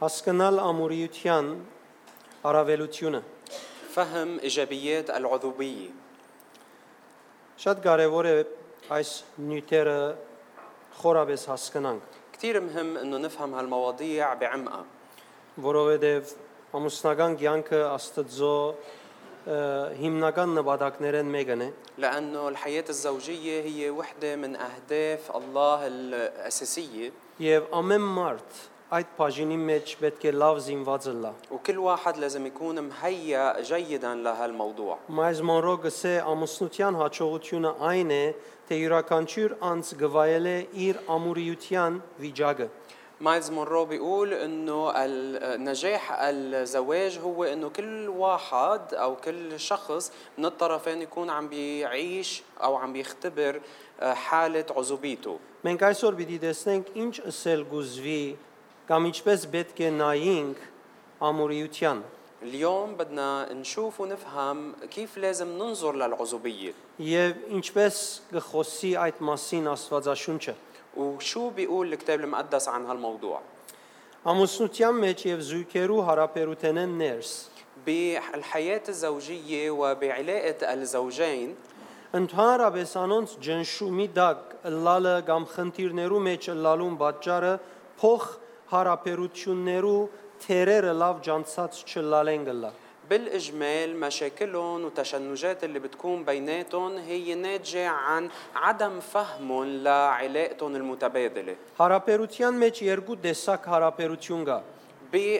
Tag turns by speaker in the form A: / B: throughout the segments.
A: հասկանալ ամուրիության առավելությունը։
B: فهم إيجابيات العضوية
A: Շատ կարևոր է այս նյութերը խորապես հասկանանք,
B: كتير مهم أنه نفهم هالمواضيع بعمقها
A: որովհետև ամուսնական կյանքը Աստծո ը, հիմնական նպատակներն մեկն է
B: لأنه الحياة الزوجية هي وحدة من أهداف الله الأساسية
A: եւ ամեն մարդ այդ բաժինի մեջ պետք է լավ զինված լա։
B: وكل واحد لازم يكون مهيأ جيدا لهالموضوع
A: Մայս Մոնրոգս է ամուսնության հաջողությունը այն է, թե յուրաքանչյուր անձ գվայել է իր ամուրիության վիճակը։
B: مايلز مونرو بيقول انه ال- نجاح الزواج هو انه كل واحد او كل شخص من الطرفين يكون عم بيعيش او عم بيختبر آه، حالة عزوبيته
A: Մենք այսօր պիտի տեսնենք ինչ ըսել գուզվի կամ ինչպես պետք է նայինք ամուրիության։
B: اليوم بدنا نشوف ونفهم كيف لازم ننظر للعزوبية
A: Եվ ինչպես կխոսի այդ մասին Աստվածաշունչը։
B: وشو بيقول الكتاب المقدس عن هالموضوع
A: Ամուսնության մեջ եւ զույգերու հարաբերութենեն ներս
B: بالحياة الزوجية وبعلاقة الزوجين
A: ընդհանրապես անոնց ջնշումի դակ լալը կամ խնդիրներու մեջ լալուն պատճառը փող հարաբերություններու թերերը լավ ջանցած չլալեն գլա։
B: بالإجمال مشاكلهم وتشنجات اللي بتكون بيناتهم هي ناتجة عن عدم فهمهم لعلاقتهم المتبادلة
A: Հարաբերության մեջ երկու տեսակ հարաբերություն կա։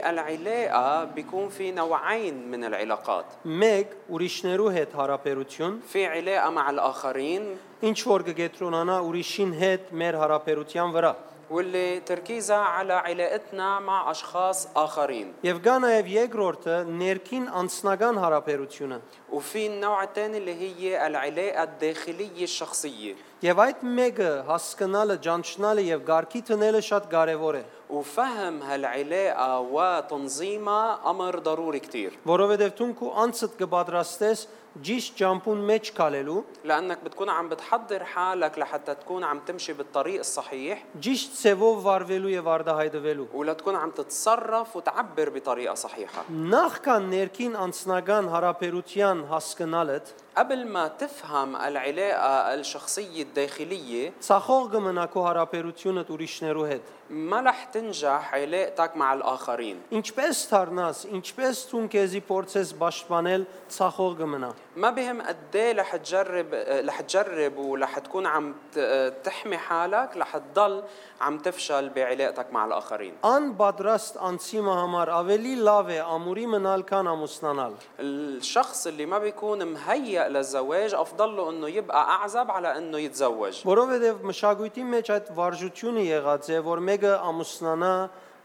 B: بالعلاقة بيكون في نوعين من العلاقات
A: Մեկ ուրիշներու հետ հարաբերություն,
B: في علاقة مع الآخرين
A: ինչ որ կգետրոնանա ուրիշին հետ մեր հարաբերության վրա։
B: واللي تركيزها على علاقتنا مع أشخاص آخرين
A: Եվ կա նաև երկրորդը ներքին անձնական հարաբերությունը։
B: وفي النوع الثاني اللي هي العلاقة الداخلية الشخصية
A: Եվ այդ մեկը հասկանալը, ճանչնալը եւ ղարքի տնելը շատ կարեւոր է,
B: وفهم هالعلاقة وتنظيمها أمر ضروري كتير
A: որովհետեւ ցունքու անցդ կպատրաստես ճիշտ ճամփուն մեջ քալելու,
B: لانك بتكون عم بتحضر حالك لحتى تكون عم تمشي بالطريق الصحيح
A: ճիշտ ցևով վարվելու եւ արդահայտվելու։
B: ولتكون عم تتصرف وتعبر بطريقه صحيحه
A: Նախքան ներքին անձնական հարաբերության հասկանալդ,
B: قبل ما تفهم العلاقه الشخصيه الداخليه
A: ցախող կմնա քո հարաբերությունը ուրիշներու հետ։
B: ما رح تنجح علاقتك مع الاخرين
A: Ինչպես դառնաս, ինչպես ցուն քեզի փորձես պաշտպանել ցախող կմնա։
B: ما بهم قد ايه رح تجرب رح تجرب ورح تكون عم ت- تحمي حالك رح تضل عم تفشل بعلاقتك مع الاخرين
A: Անպատրաստ անձի համար ավելի լավ է ամուրի մնալ քան ամուսնանալ։
B: الشخص اللي ما بيكون مهيأ للزواج افضل له انه يبقى اعزب على انه يتزوج
A: Որովհետև մշակույթի մեջ այդ վարժությունը եղած է, որ մեկը ամուսնանա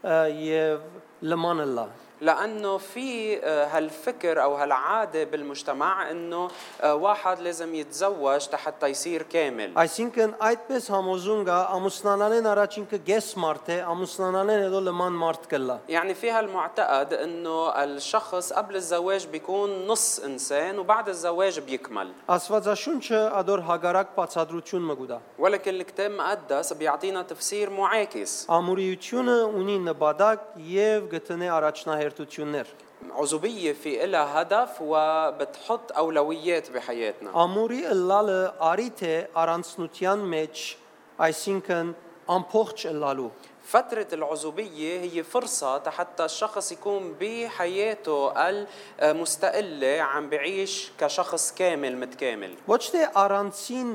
A: ը, եւ լմանը լա։
B: لانه في آه، هالفكر او هالعاده بالمجتمع انه آه، واحد لازم يتزوج حتى يصير كامل
A: Այսինքն այդպես համոզում կա ամուսնանալեն առաջ ինքը գես մարդ է, ամուսնանալեն հետո լման մարդ կլա։
B: يعني في هالمعتقد انه الشخص قبل الزواج بيكون نص انسان وبعد الزواج بيكمل
A: Աստվածաշունչը ադոր հագարակ բացադրություն մը գուտա։
B: ولكن الكتاب المقدس بيعطينا تفسير معاكس
A: Ամուրիությունը ունի նպատակ եւ գտնե առաջնահերթություններ։
B: عزوبية في إلها هدف وبتحط أولويات بحياتنا
A: Ամուրի լալը արիթ է առանցնության մեջ, այսինքն ամփոխ լալու։
B: فترة العزوبية هي فرصة حتى الشخص يكون بحياته المستقلة عم بعيش كشخص كامل متكامل
A: Ոչ թե առանցին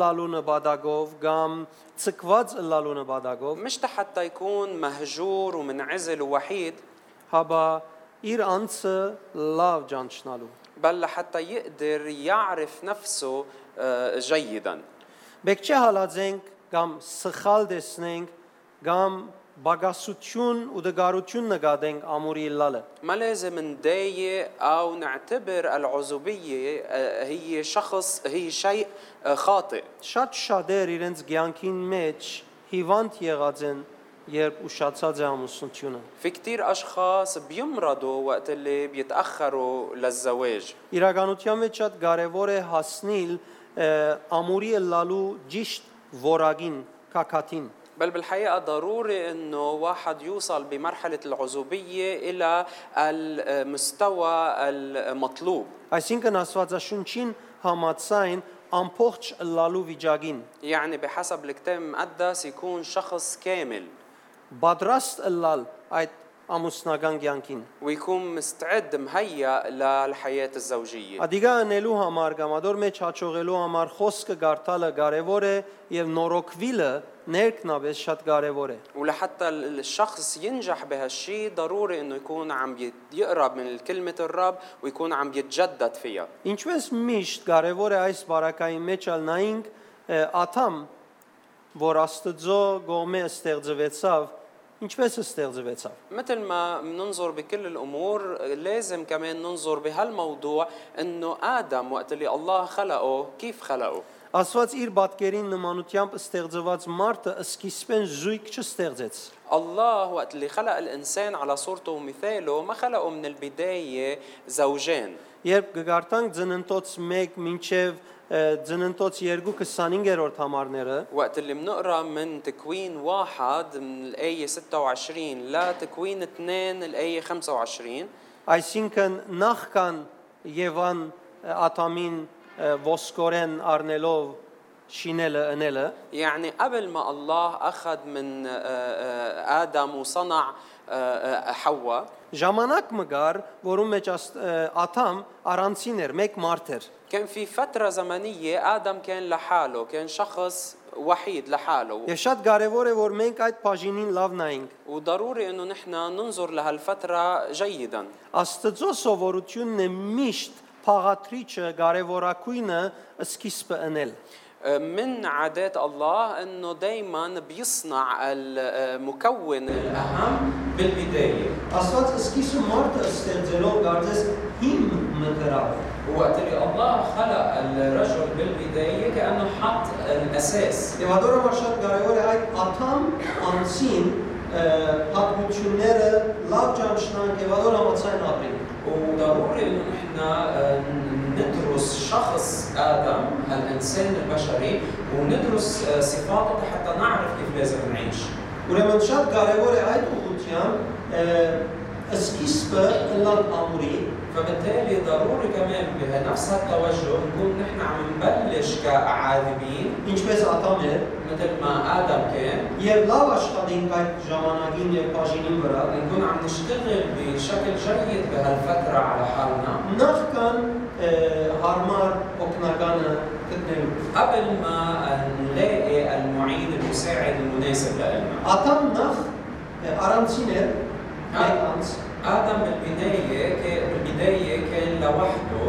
A: լալու նպատակով կամ ցկված լալու նպատակով,
B: مش حتى يكون مهجور ومنعزل ووحيد
A: հաբա հա իր անձը լավ ճանչնալու։
B: بل لحتى يقدر يعرف نفسه آه، جيدا
A: Մեկ չհալածենք կամ սխալ տեսնենք կամ բագասություն ու դգարություն նկատենք ամուրի լալը։
B: ما لازم نضايق او نعتبر العزوبيه آه، هي شخص هي شيء آه، خاطئ
A: Շատ շատեր իրենց ցանկին մեջ հիվանդ եղած են, երբ ուշացած է ամուսնությունը։
B: في كتير اشخاص بيمرضوا وقت اللي بيتاخروا للزواج
A: Իրականության մեջ շատ կարևոր է հասնել ամուրի լալու ճիշտ որակին, կակաթին։
B: بل بالحقيقة ضروري أنه واحد يوصل بمرحلة العزوبية إلى المستوى المطلوب
A: Այսինքն Աստվածաշունչին համացայն ամբողջ լալու վիճակին
B: يعني بحسب الكتاب المقدس يكون شخص كامل
A: պատրաստ լալ այդ ամուսնական կյանքին։
B: ويكون مستعد مهيأ للحياة الزوجية
A: Ադիգա անելու համար գամադոր մեջ հաճողելու համար խոսքը գարտալը կարևոր է եւ նորոգվիլը ներքնաբես շատ կարևոր է։
B: ولحتى الشخص ينجح بهالشي ضروري انه يكون عم بيت- يقرب من كلمة الرب ويكون عم يتجدد فيها
A: Ինչպես միշտ կարևոր է այս բարակային մեջ ալ նայինք ը, Աթամ, որ Աստծո գողմե ստեղծվեցավ, ինչպես ստեղծվեցավ։
B: مثل ما بننظر بكل الامور لازم كمان ننظر بهالموضوع انه ادم وقت اللي الله خلقه كيف خلقه
A: Աստված իր բատկերին նմանությամբ ստեղծված մարդը սկիզբեն զույգ չստեղծեց։
B: الله وقت اللي خلق الانسان على صورته ومثاله ما خلقه من البدايه زوجين
A: Երբ գկարտանք ծննդոց 1 մինչև ը, ծննդոց 2:25-րդ համարները,
B: وقت اللي بنقرا من تكوين واحد من الايه 26 لتكوين اثنين الايه 25
A: այսինքն նախքան Եվան ը, Աթամին ը, ոսկորեն առնելով շինելը ընելը
B: يعني قبل ما الله اخذ من آه، آه، ادم وصنع آه، آه، حواء
A: Ժամանակ մգար, որում մեջ աստ- ը, Աթամ առանցին էր, մեկ մարդ էր։
B: كان في فترة زمنية آدم كان لحاله كان شخص وحيد لحاله
A: Եվ շատ կարևոր է, որ մենք այդ բաժինին լավ նայենք։
B: وضروري انه نحن ننظر لهالفترة جيدا
A: Աստծո սովորությունն է միշտ փաղաթրիչը կարևորակույնը սկիզբը ընել։
B: آه، من عادات الله انه دايما بيصنع آه، المكون الاهم بالبداية
A: Աստված սկիզբը մարդը ստեղծելով դարձես հիմ մտրավ։
B: وقت اللي الله خلق الرجل بالبداية كأنه حط الأساس
A: Եվ ադորոմար շատ կարևոր է այդ Աթամ անցին հատկությունները լավ ճանչնանք եւ ադոր համացան ապրենք։
B: وضروري انه نحن آه، ندرس شخص ادم الانسان البشري وندرس آه، صفاته حتى نعرف كيف لازم نعيش
A: Ուրեմն շատ կարևոր է այդ ուղղությամբ ը, սկիզբը լավ ամուրի
B: فبالتالي ضروري كمان بنفس هالتوجه نكون نحن عم نبلش كعالمين
A: ինչպես ատամ է
B: مثل ما ادم كان
A: եւ լավ աշխատենք այդ ժամանակին եւ բաժինին վրա
B: نكون عم نشتغل بشكل جيد بهالفتره على حالنا
A: նախքան ը, հարմար օգնականը գտնելու
B: قبل ما آه، نلاقي المعين المساعد المناسب لنا
A: ատամ նախ ը, առանցին էր մեկ անց
B: ادم بالبدايه كان بالبدايه كان لوحده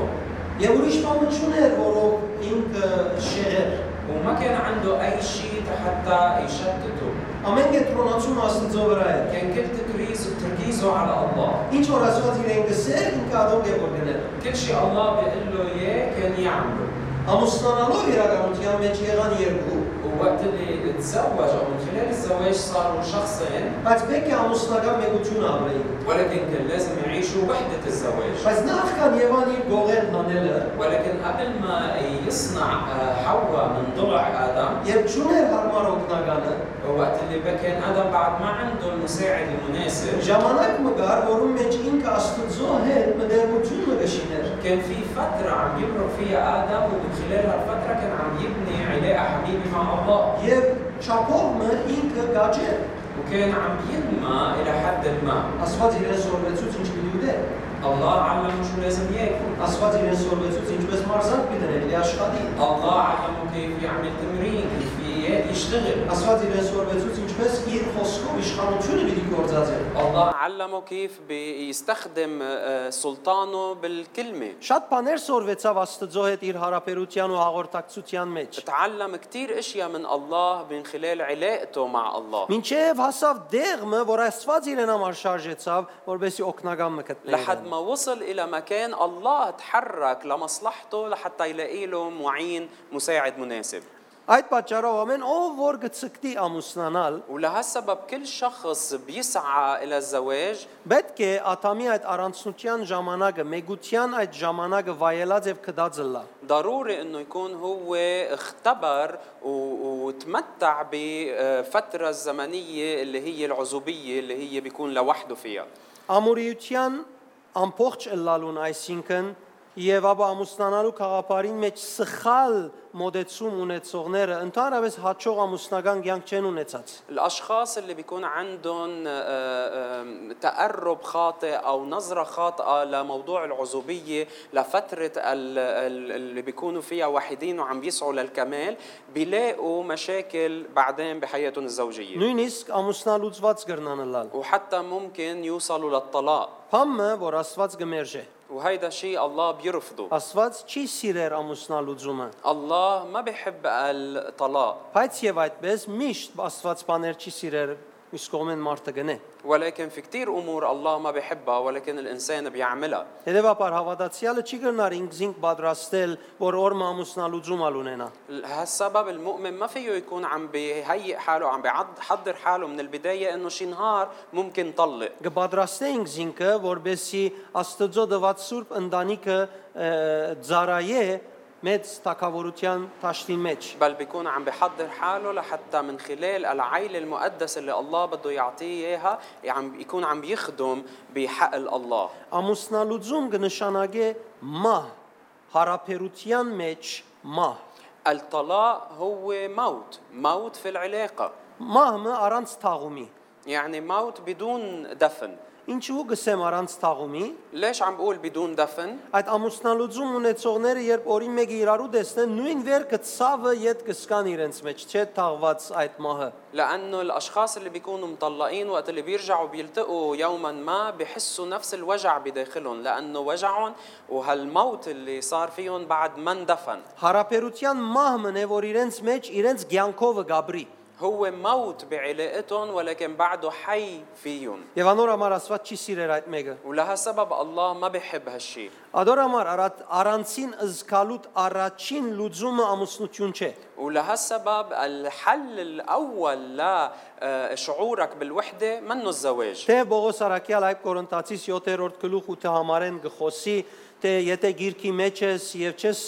A: եւ ուրիշ բան չուներ որով ինքը շեղեր
B: وما كان عنده اي شيء حتى يشتته
A: ամեն կետրոնացում աստծո վրա է
B: كان كل تركيزه تركيزه على الله
A: ինչ որ ասված իրեն գսեր ինքը ադող եւ օրգներ
B: كل شيء الله بيقول له اياه كان يعمله
A: ամուսնանալով իրականության մեջ եղան երկու
B: ووقت اللي تزوج او من خلال الزواج صاروا شخصين
A: Բայց պետք է ամուսնական մեկություն ապրեին։
B: ولكن كان لازم يعيشوا وحده الزواج
A: Բայց նախքան Եվան իր գողեն հանելը,
B: ولكن قبل ما يصنع آه، حواء من ضلع ادم
A: երբ ճուներ հարմար օգնականը,
B: وقت اللي كان ادم بعد ما عنده المساعد المناسب
A: ժամանակ մգար, որում մեջ ինքը Աստծո հետ մտերմություն մգշիներ։
B: كان في فترة عم يمرق فيها آدم ومن خلال هالفترة كان عم يبني علاقة حميمة مع الله
A: Եվ չափովը ինքը գաճեր։
B: وكان عم ينمى إلى حد ما
A: Աստված իրեն սորվեցուց ինչ պիտի ուներ։
B: الله علمه شو لازم ياكل
A: Աստված իրեն սորվեցուց ինչպես մարզակ պիտի լի աշխատի։
B: الله علمه كيف يعمل تمرين كيف ي- يشتغل
A: Աստված իրեն սորվեցուց ինչպես իր խոսքով իշխանությունը պիտի գործածեր։
B: الله علمه كيف بيستخدم آه، سلطانه بالكلمة
A: Շատ բաներ սորվեցավ Աստծո հետ իր հարաբերության ու հաղորդակցության մեջ։
B: تعلم كتير اشياء من الله من خلال علاقته مع الله
A: Մինչև հասավ դեղը, որ Աստված իրեն համար շարժեցավ, որբեսի օգնական մկտնեի։
B: لحد ما وصل إلى مكان الله تحرك لمصلحته لحتى يلاقي له معين مساعد مناسب
A: Այդ պատճառով ամեն ով որ գցկտի ամուսնանալ,
B: ولهالسبب كل شخص بيسعى إلى الزواج
A: պետք է աթամի այդ առանցնության ժամանակը, մեգության այդ ժամանակը վայելած եւ կդած լա։
B: ضروري انه يكون هو اختبر و- وتمتع بفترة الزمنية اللي هي العزوبية اللي هي بيكون لوحده فيها
A: Ամորիության ամբողջ ըլլալուն, այսինքն եւ ապա ամուսնանալու խաղապարին մեջ սխալ մոդեցում ունեցողները ընդհանրապես հաջող ամուսնական կյանք չեն ունեցած։
B: الأشخاص اللي بيكون عندهم آه، آه، تقرب خاطئ أو نظرة خاطئة لموضوع العزوبية لفترة ال- ال- اللي بيكونوا فيها وحيدين وعم بيسعوا للكمال بيلاقوا مشاكل بعدين بحياتهم الزوجية
A: Նույնիսկ ամուսնալուծված կրնան ըլլալ։
B: وحتى ممكن يوصلوا للطلاق
A: Փամը, որ Աստված գմերժե։
B: وهيدا شيء الله بيرفضه
A: Աստված չի սիրեր ամուսնալուծումը,
B: الله ما بيحب الطلاق
A: բայց եւ այդպես միշտ Աստված բաներ չի սիրեր, իսկ կողմեն մարդը գնե։
B: ولكن في كتير أمور الله ما بيحبها ولكن الإنسان بيعملها
A: Հետևաբար հավատացյալը չի կրնար ինքզինք պատրաստել, որ օրը ամուսնալուծում ալ ունենա։
B: هالسبب المؤمن ما فيه يكون عم بيهيئ حاله عم بيحضر حاله من البداية انه شي نهار ممكن طلق
A: Գբադրաստեինք զինքը, որբեսի Աստծո դված Սուրբ ընտանիքը ը, ծարայե մեծ թակավորության ճաշտի մեջ։
B: بل بيكون عم بيحضر حاله لحتى من خلال العيلة المقدسة اللي الله بده يعطيه إياها عم يكون عم بيخدم بحقل الله
A: Ամուսնալուծում կնշանակե մահ, հարաբերության մեջ մահ։
B: الطلاق هو موت موت في العلاقة
A: Մահը առանց թաղումի։
B: يعني موت بدون دفن
A: Ինչու գսեմ առանց թաղումի։
B: ليش عم بقول بدون دفن؟
A: Այդ ամուսնալուծում ունեցողները, երբ օրին մեկը իրարու տեսնեն, նույն վերքը ցավը յետ կսկան իրենց մեջ, չէ թաղված այդ մահը։
B: لانه الاشخاص اللي بيكونوا مطلقين وقت اللي بيرجعوا بيلتقوا يوما ما بحسوا نفس الوجع بداخلهم لانه وجعهم وهالموت اللي صار فيهم بعد ما اندفن
A: Հարաբերության մահմն է, որ իրենց մեջ իրենց ցանկովը գաբրի։
B: هو موت بعلاقتهم ولكن بعده حي فيهم
A: Եվ անոր համար Աստված չի սիրեր այդ մեկը։
B: ولهالسبب الله ما بحب هالشيء
A: Ադոր համար առատ- առանցին զգալուտ առաջին լուծումը ամուսնություն չէ։
B: ولهالسبب الحل الاول لشعورك بالوحده منه الزواج
A: Թե Բողոս Արաքյալ այդ Կորինթացիս 7-րդ գլուխ 8-ը համարեն գխոսի, թե եթե գիրքի մեջ ես եւ չես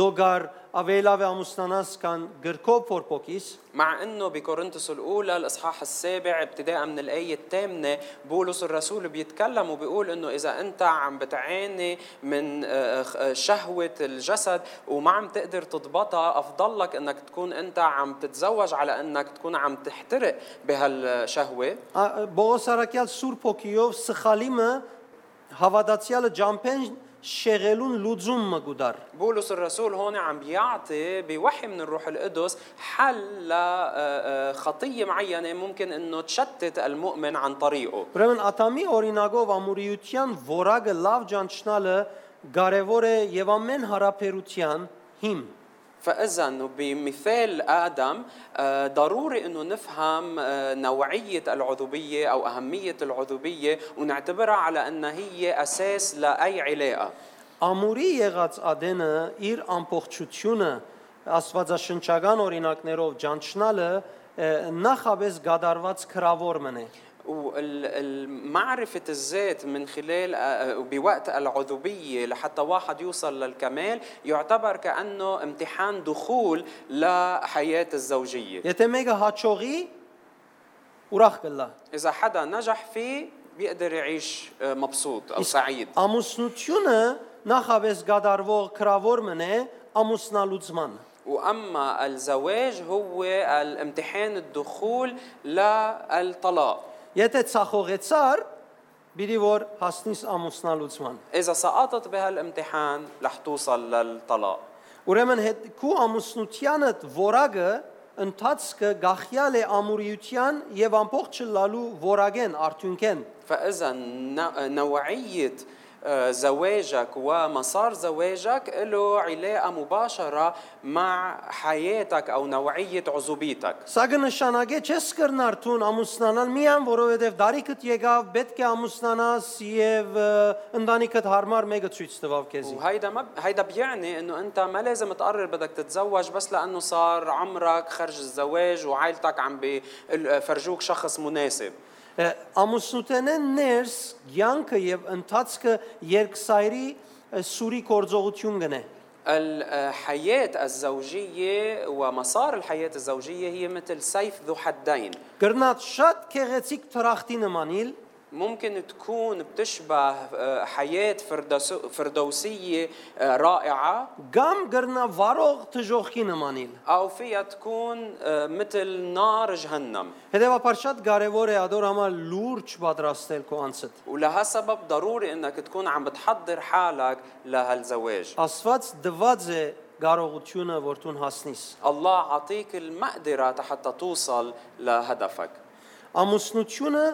A: դոգար ավելավ է ամուսնանաս կան գրքով փորփոքիս,
B: مع انه بكورنثوس الاولى الاصحاح السابع ابتداء من الايه الثامنه بولس الرسول بيتكلم وبيقول انه اذا انت عم بتعاني من آه، آه، شهوه الجسد وما عم تقدر تضبطها افضل لك انك تكون انت عم تتزوج على انك تكون عم تحترق بهالشهوه
A: ա- Բողոս Արաքյալ Սուրբ ոգիով սխալիմը հավատացյալը ջամփեն շեղելուն լուծում մը գուդար։
B: بولس الرسول هون عم بيعطي بوحي من الروح القدس حل آه، لخطيه معينه ممكن انه تشتت المؤمن عن طريقه
A: Ուրեմն ատամի օրինակով ամուրիության ворակը լավ ճանչնալը կարևոր է եւ ամեն հարաբերության հիմ։
B: فاذا بمثال ادم آه، ضروري انه نفهم آه، نوعيه العذوبيه او اهميه العذوبيه ونعتبرها على انها هي اساس لاي علاقه
A: Ամուրի եղած Ադենը իր ամբողջությունը աստվածաշնչական օրինակներով ճանչնալը ը, նախապես գադարված քրավոր մնե։
B: ومعرفة الذات من خلال آه، بوقت العذوبية لحتى واحد يوصل للكمال يعتبر كأنه امتحان دخول لحياة الزوجية
A: Եթե մեկը հաճողի ուրախ կլա։
B: إذا حدا نجح فيه بيقدر يعيش آه، مبسوط أو سعيد
A: Ամուսնությունը նախապես գադարվող քրավոր մնե ամուսնալուծման։
B: واما الزواج هو الامتحان الدخول للطلاق
A: Եթե ցախողեցար, բիդի որ հասնես ամուսնալուծման։
B: اذا سقطت بهالامتحان رح توصل للطلاق
A: Ուրեմն հետ քու ամուսնությանդ ворակը ընդածկը գախյալ է ամուրիության եւ ամբողջ լալու ворակեն արդյունքեն։
B: فاذا ن- نوعيه آه، زواجك ومسار زواجك له علاقه مباشره مع حياتك او نوعيه عزوبيتك
A: Սա կնշանակե չես կրնար տուն ամուսնանալ միայն որովհետեւ դարիքդ եկավ, պետք է ամուսնանաս եւ ը, ընտանիքդ հարմար մեկը ցույց տվավ քեզի։
B: وهيدا ما ب- هيدا بيعني انه انت ما لازم تقرر بدك تتزوج بس لانه صار عمرك خرج الزواج وعائلتك عم بفرجوك شخص مناسب
A: Ը, Ամուսնութենեն ներս յանքը եւ ընդածկը երկսայրի ը, սուրի կորձողություն գնե։
B: الحياة الزوجية ومسار الحياة الزوجية هي مثل سيف ذو حدين
A: Գրնած շատ քեղեցիկ թրախտի նմանիլ
B: ممكن تكون بتشبه آه، حياة فردوس- فردوسية آه، رائعة
A: կամ գրնա վարող թժողքի նմանիլ։
B: أو فيها تكون آه، مثل نار جهنم
A: Հետևաբար շատ կարևոր է ադոր համար լուրջ պատրաստել քո անցդ։
B: ولهالسبب ضروري انك تكون عم بتحضر حالك لهالزواج
A: Աստված դված է կարողությունը, որ դուն հասնես։
B: الله عطيك المقدرة حتى توصل لهدفك
A: Ամուսնությունը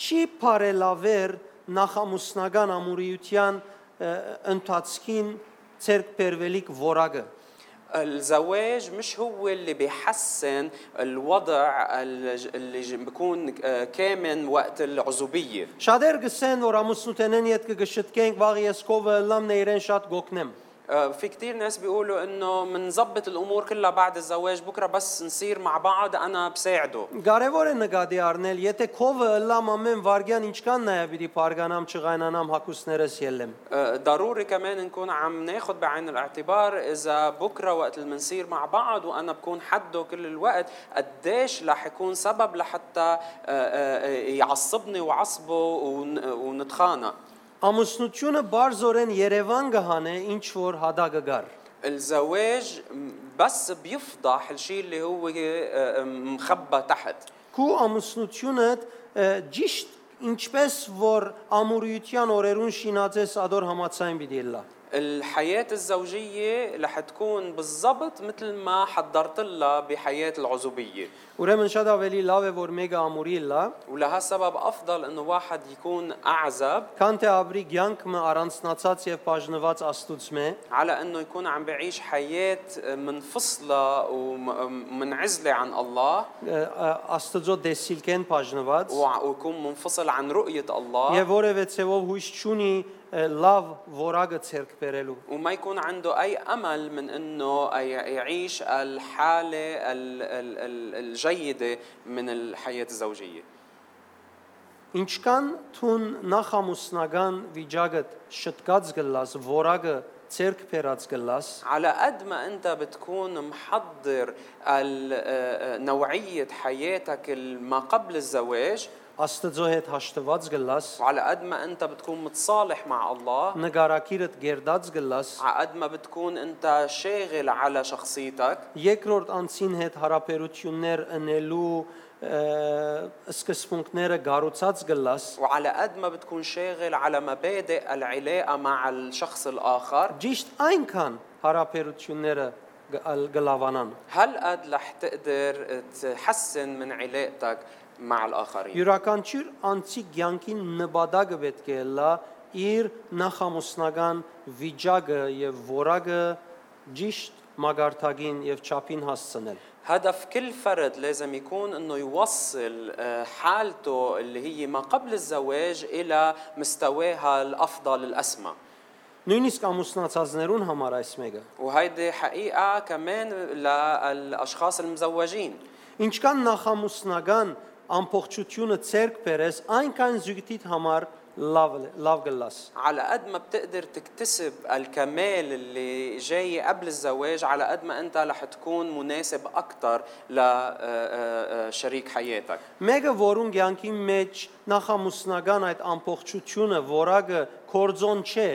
A: չի բարելավեր նախամուսնական ամուրիության ը, ընթացքին ցերկբերվելիք որակը։
B: الزواج مش هو اللي بيحسن الوضع الج- اللي ج- بكون آه، كامن وقت العزوبية
A: Շատեր գսեն, որ ամուսնութենեն իդ կգշտկենք, վաղ ես կովը լամն է իրեն շատ գոգնեմ։
B: آه، في كتير ناس بيقولوا انه منظبط الامور كلها بعد الزواج بكره بس نصير مع بعض انا بساعده
A: Կարևոր է նկատի առնել, եթե քովը լամ ամեն վարգյան ինչքան նայա պիտի բարգանամ, չղայնանամ հակուսներս ելեմ։
B: آه، ضروري كمان نكون عم ناخد بعين الاعتبار اذا بكره وقت اللي منصير مع بعض وانا بكون حده كل الوقت قديش رح يكون سبب لحتى آه، آه، آه، يعصبني وعصبه ون- ونتخانق
A: Ամուսնությունը բարձորեն Երևան գահանե, ինչ որ հադակը գար։
B: الزواج بس بيفضح الشيء اللي هو آه، آه، مخبى تحت
A: Քու ամուսնությունը ը, ճիշտ ինչպես որ ամուրիության օրերուն շինածես ադոր համացային պիտի լա։
B: الحياة الزوجية رح تكون بالضبط مثل ما حضرت لها بحياة العزوبية
A: Ուրեմն շատ ավելի լավ է որ մեկը ամուրի լա,
B: ولهالسبب أفضل أنه واحد يكون أعزب
A: քան թե ապրի ցանկը առանցնացած եւ բաժնված աստուծմե։
B: على أنه يكون عم بعيش حياة آه، منفصلة ومنعزلة عن الله
A: ը, ը, Աստծո դեսիլքեն բաժնված
B: وع- ويكون منفصل عن رؤية الله
A: եւ որևէ ցեւով հույս չունի ը, լավ որակը ցերկ բերելու։
B: وما يكون عنده أي أمل من أنه ي- يعيش الحالة ال- ال- ال- الجيدة من الحياة الزوجية
A: Ինչքան թուն նախամուսնական վիճակը շտկած գլաս, որակը ցերկ բերած գլաս,
B: على قد ما انت بتكون محضر ال- آه، آه، نوعيه حياتك ال- ما قبل الزواج
A: Աստծո հետ հաշտված գլաս,
B: وعلى قد ما انت بتكون متصالح مع الله
A: նկարակիրդ գերդած գլաս,
B: على قد ما بتكون انت شاغل على شخصيتك
A: երկրորդ անձին հետ հարաբերություններ ընելու ը, սկզբունքները գառուցած գլաս,
B: وعلى قد ما بتكون شاغل على مبادئ العلاقه مع الشخص الاخر
A: ճիշտ այնքան հարաբերությունները գ- ալ- գլավանան։
B: هل قد رح تقدر تحسن من علاقتك مع الاخرين
A: Յուրաքանչյուր անձի ցանկին նպատակը պետք է լա իր նախամուսնական վիճակը եւ որակը ճիշտ մագարտագին եւ չափին հասցնել։
B: هدف كل فرد لازم يكون انه يوصل آه، حالته اللي هي ما قبل الزواج الى مستواها الافضل الاسمى
A: Նույնիսկ ամուսնացածներուն համար այս մեկը
B: وهيدي حقيقة كمان للأشخاص المزوجين
A: Ինչքան նախամուսնական ամբողջությունը ցերկ բերես, այնքան զյուգտիտ համար լավ լ- լավ գլաս։
B: على قد ما بتقدر تكتسب الكمال اللي جاي قبل الزواج على قد ما أنت رح تكون مناسب آه، أكثر لشريك حياتك
A: Մեկը որուն ցանկի մեջ նախամուսնական այդ ամբողջությունը, որակը կորձոն չէ,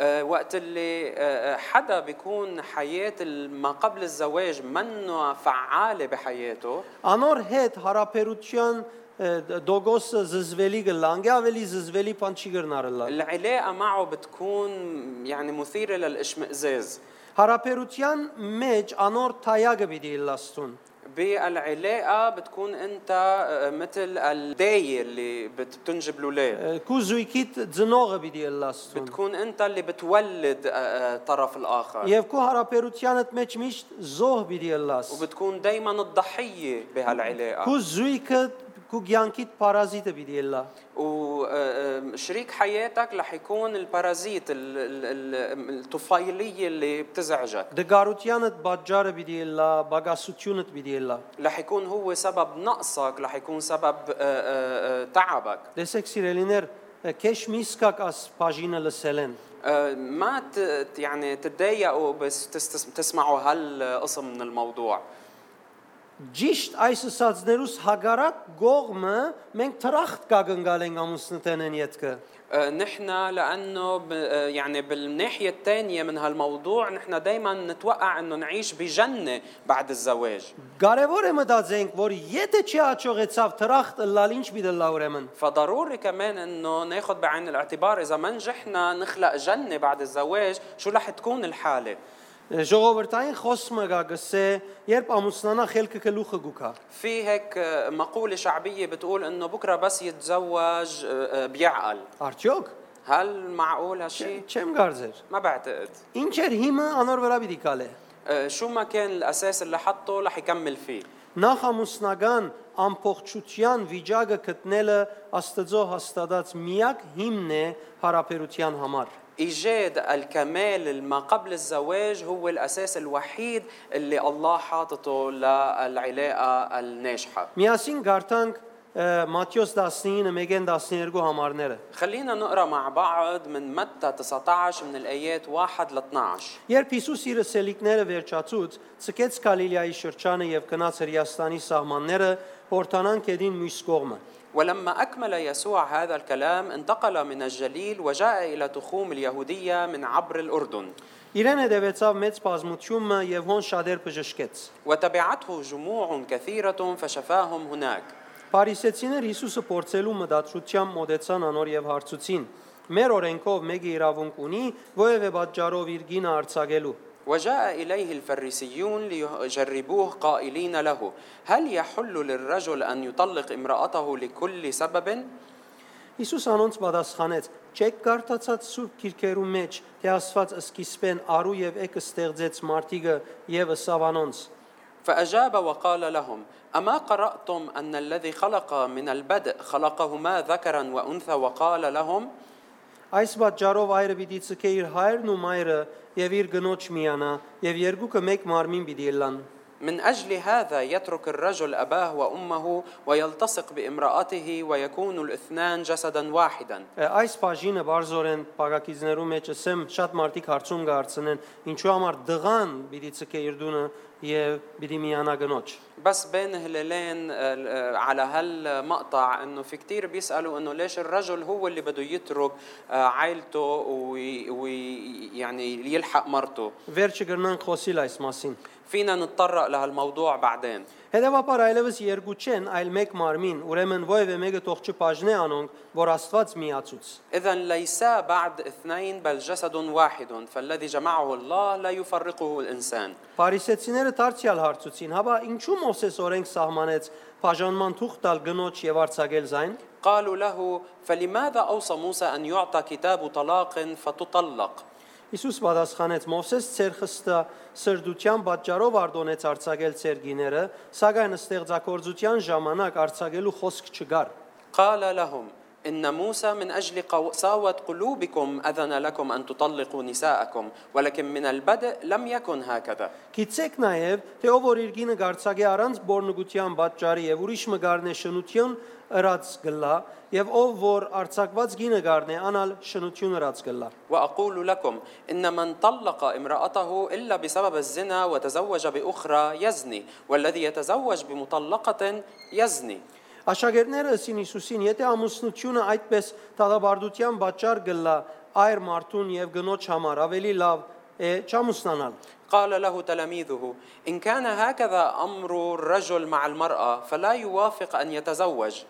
B: آه، وقت اللي آه، آه، حدا بيكون حياة ما قبل الزواج منه فعالة بحياته
A: անոր հետ հարաբերության ը, դ- դոգոսը զզվելի գլանգի, ավելի զզվելի բան չի գրնարելա։
B: العلاقة معه بتكون يعني مثيرة للإشمئزاز
A: Հարաբերության մեջ անոր թայագը պիտի լաստուն։
B: بالعلاقة بتكون أنت آه، مثل الداية اللي بت- بتنجب الأولاد
A: Կու զույգիտ ծնողը պիտի լաստուն։
B: بتكون أنت اللي بتولد آه، آه، الطرف الآخر
A: Եվ քո հարաբերությանդ մեջ միշտ զոհ պիտի լաս։
B: وبتكون دايما الضحية بهالعلاقة
A: Քու զույգը քու ցանկիտ պարազիտը պիտի լա։
B: وشريك حياتك رح يكون البارازيت ال- ال- ال- الطفيلية اللي بتزعجك
A: Դգարությանդ բաճարը պիտի լա, բագասությունդ պիտի լա։
B: رح يكون هو سبب نقصك رح يكون سبب آه، آه، آه، تعبك
A: Տեսեք սիրելիներ, քեշ միսկակ աս բաժինը լսել են։
B: آه، ما ت- يعني تتضايقوا بس تستس- تسمعوا هالقسم من الموضوع
A: Ճիշտ այս ասածներուս հագարակ գողմը մենք թրախտ կագնգալենք ամուսնտենեն յետքը։
B: آه، نحن لانه ب- آه، يعني بالناحيه الثانيه من هالموضوع نحن دائما نتوقع انه نعيش بجنه بعد الزواج
A: Կարևոր է մտածենք, որ եթե չի հաջողեցավ թրախտ լալ ինչ մի դլա ուրեմն։
B: فضروري كمان انه ناخذ بعين الاعتبار اذا ما نجحنا نخلق جنه بعد الزواج شو رح تكون الحاله
A: Ժողովրդային խոսքը կա գսե, երբ ամուսնանա խելքը գլուխը գուքա։
B: في هيك آه، مقولة شعبية بتقول إنه بكرة بس يتزوج آه، آه، بيعقل
A: Արդյոք
B: هل معقول هالشي؟
A: չեմ կարծեր։
B: ما بعتقد
A: Ինչ էր հիմը անոր վրա պիտի կալե։
B: آه، شو ما كان الأساس اللي حطه رح يكمل فيه
A: Նախ ամուսնական ամբողջության վիճակը գտնելը Աստծո հաստատած միակ հիմն է հարաբերության համար։
B: إيجاد الكمال ما قبل الزواج هو الأساس الوحيد اللي الله حاطته للعلاقة الناجحة
A: Միասին գարտանք Մատթեոս 19, Մեգեն 12 համարները։
B: خلينا نقرا مع بعض من متى 19 من الايات 1 ل 12
A: Երբ Հիսուս իր սելիկները վերջացուց, ցկեց Գալիլեայի շրջանը եւ գնաց Հրյաստանի սահմանները, հորթանան կեդին մյուս կողմը։
B: ولما أكمل يسوع هذا الكلام انتقل من الجليل وجاء إلى تخوم اليهودية من عبر الأردن
A: Իրեն հետևեցավ մեծ բազմությունը եւ հոն շադեր բժշկեց։
B: وتبعته جموع كثيرة فشفاهم هناك
A: Փարիսեցիներ Հիսուսը փորձելու մտածությամբ մոդեցան անոր եւ հարցուցին. Մեր օրենքով մեկը իրավունք ունի որևէ պատճառով իր գինը արցակելու։
B: وجاء إليه الفريسيون ليجربوه قائلين له هل يحل للرجل أن يطلق امرأته لكل سبب؟
A: Հիսուս անոնց պատասխանեց. «Չեք կարդացած Սուրբ Գիրքերու մեջ, թե Աստված սկիզբեն արու եւ եկը ստեղծեց մարդիկը եւ ըսավ անոնց»։
B: فأجاب وقال لهم: أما قرأتم أن الذي خلق من البدء خلقهما ذكرا وأنثى وقال لهم:
A: Այս պատճառով այրը պիտի ցկե իր հայրն ու մայրը եւ իր գնոջ միանա եւ երկուքը մեկ մարմին պիտի ելան։
B: من أجل هذا يترك الرجل أباه وأمه ويلتصق بامرأته ويكون الاثنان جسدا واحدا.
A: Ա, Այս բաժինը բարձորեն պարակիզներու մեջ ասեմ շատ մարդիկ հարցում գարցնեն ինչու համար դղան պիտի ցկե իր դունը եւ պիտի միանա գնոջ
B: بس بين هلالين آه، على هالمقطع انه في كتير بيسالوا انه ليش الرجل هو اللي بده يترك آه، عائلته وي وي- يعني يلحق مرته
A: վերջը գրնանք խոսիլ այս մասին
B: فينا نتطرق لهالموضوع بعدين
A: Հետևաբար այլևս երկու չեն, այլ մեկ մարմին, ուրեմն ովև մեկը թող չբաժնե անոնք, որ Աստված միացուց։
B: إذا ليس بعد اثنين بل جسد واحد فالذي جمعه الله لا يفرقه الإنسان
A: Փարիսեցիները դարձյալ հարցուցին. «Հաբա ինչու Մովսես օրենք սահմանեց բաժանման թուղթ տալ գնոջ եւ արցակել զայն»։
B: قالوا له فلماذا أوصى موسى أن يعطى كتاب طلاق فتطلق
A: Հիսուս պատասխանեց. «Մովսես ծեր խստը սրդության պատճառով արդոնեց արցակել ծեր գիները, սակայն ստեղծագործության ժամանակ արցակելու խոսք չկար»։
B: قال لهم إن موسى من أجل قساوة قلوبكم أذن لكم أن تطلقوا نساءكم ولكن من البدء لم يكن هكذا
A: Գիտեք նաև, թե ով որ իր գինը գարցակի առանց բորնգության պատճառի եւ ուրիշ մգարնե շնություն ըրած գլա եւ ով որ արցակված գինը գարնե անալ շնություն ըրած գլա։
B: وأقول لكم إن من طلق امرأته إلا بسبب الزنا وتزوج بأخرى يزني والذي يتزوج بمطلقة يزني
A: Աշակերտները ասին Հիսուսին, եթե ամուսնությունը այդպես տադաբարդության պատճառ գլա այր մարդուն եւ գնոջ համար ավելի լավ է չամուսնանալ։
B: قال له تلاميذه إن كان هكذا أمر الرجل مع المرأة فلا يوافق أن يتزوج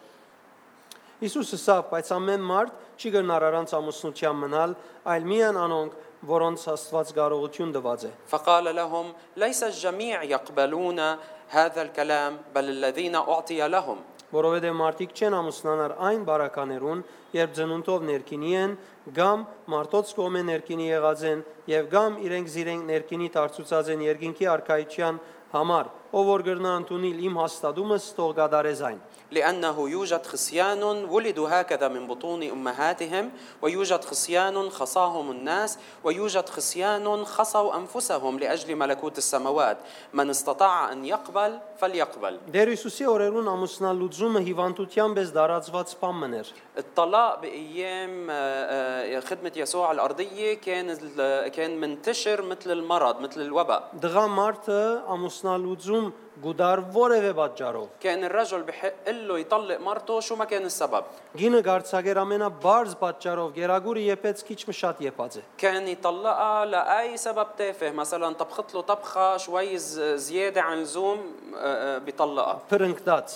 A: Հիսուսը սա, բայց ամեն մարդ չի գնար առանց ամուսնության մնալ, այլ միայն անոնք, որոնց Աստված կարողություն տված է։
B: فقال لهم ليس الجميع يقبلون هذا الكلام بل الذين أعطي لهم
A: որովհետև մարդիկ չեն ամուսնանար այն բարականերուն, երբ ծնունդով ներքինի են, կամ մարդոց կողմէ ներքինի եղած են, եւ կամ իրենք զիրենք ներքինի դարձուցած են երկինքի արքայության համար, ով որ գրնա ընդունել իմ հաստատումը ստող գադարեզ այն
B: لأنه يوجد خصيان ولدوا هكذا من بطون أمهاتهم ويوجد خصيان خصاهم الناس ويوجد خصيان خصوا أنفسهم لأجل ملكوت السماوات من استطاع أن يقبل فليقبل
A: Դեր Հիսուսի օրերուն ամուսնալուծումը հիվանդությամբ ես դարածված պամն էր։
B: الطلاق بأيام آه، آه، خدمة يسوع الأرضية كان ال- كان منتشر مثل المرض مثل الوباء
A: Դղա մարդը ամուսնալուծում գուդար որևէ պատճառով։
B: كان الرجل بحق له يطلق مرته شو ما كان السبب
A: Գինը գարցակեր ամենաբարձ պատճառով Գերագուրը եպեց քիչ մը շատ եփած է։
B: كان يطلقها لأي سبب تافه مثلا طبخت له طبخة شوي ز- زيادة عن اللزوم آه، آه، بيطلقها
A: Փրնկտած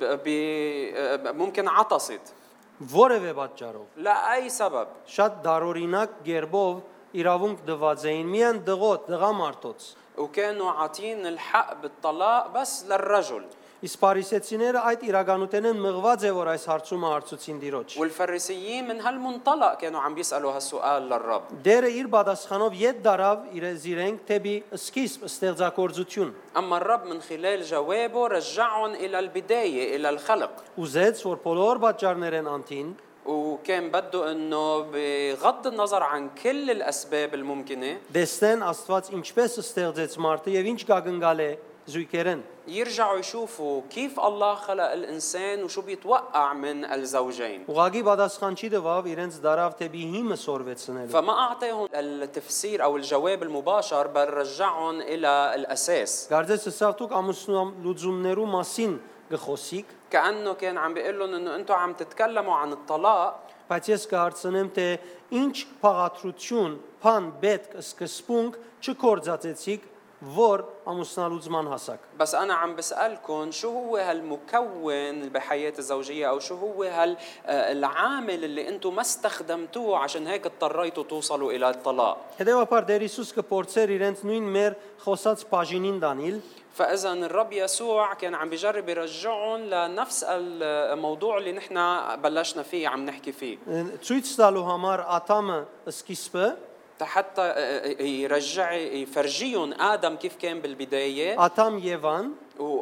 B: ب- بي- آه، ممكن عطست
A: որևէ պատճառով
B: لأي سبب
A: շատ դարօրինակ ģերբով իրավունք դված էին միայն դղոտ դղամարտոց։
B: وكانوا عاطين الحق بالطلاق بس للرجل
A: Իսկ Փարիսեցիները այդ իրականութենեն մղված է որ այս հարցումը հարցուցին դիրոջ։
B: والفريسيين من هالمنطلق كانوا عم بيسألوا هالسؤال للرب
A: Դերը իր պատասխանով յետ դարավ իրենց իրենք թեպի սկիզբ ստեղծագործություն։
B: أما الرب من خلال جوابه رجعهم إلى البداية إلى الخلق
A: Ուզեց որ բոլոր պատճառներեն անտին
B: وكان بده انه بغض النظر عن كل الاسباب الممكنه
A: Դեսնեն Աստված ինչպես ստեղծեց մարդը եւ ինչ կագնգալ է զույգերեն։
B: يرجعوا يشوفوا كيف الله خلق الانسان وشو بيتوقع من الزوجين
A: Ուղագի պատասխան չի տվավ իրենց դարավ թեպի հիմը սորվեցնելու։
B: فما اعطيهم التفسير او الجواب المباشر بل رجعهم الى الاساس
A: Գարձես սավտուկ ամուսնու լուծումներու մասին գխոսիկ,
B: كانه كان عم بيقول لهم انه انتم عم تتكلموا عن الطلاق
A: բայց ես կհարցնեմ թե ինչ փաղաթրություն, փան պետք սկսպունք չկործածեցիք, որ ամուսնալուծման հասակ։
B: بس انا عم بسالكم شو هو هالمكون بحياه الزوجيه او شو هو هال آه، العامل اللي انتم ما استخدمتوه عشان هيك اضطريتوا توصلوا الى الطلاق
A: Հետևաբար Տեր Հիսուս կփորձեր իրենց նույն մեր խոսած բաժինին դանիլ,
B: فاذا الرب يسوع كان عم بجرب يرجعهم لنفس الموضوع اللي نحن بلشنا فيه عم نحكي فيه
A: ցույց տալու համար Աթամը սկիզբը
B: حتى آه، يرجع يفرجيهم ادم كيف كان بالبدايه
A: Աթամ Եվան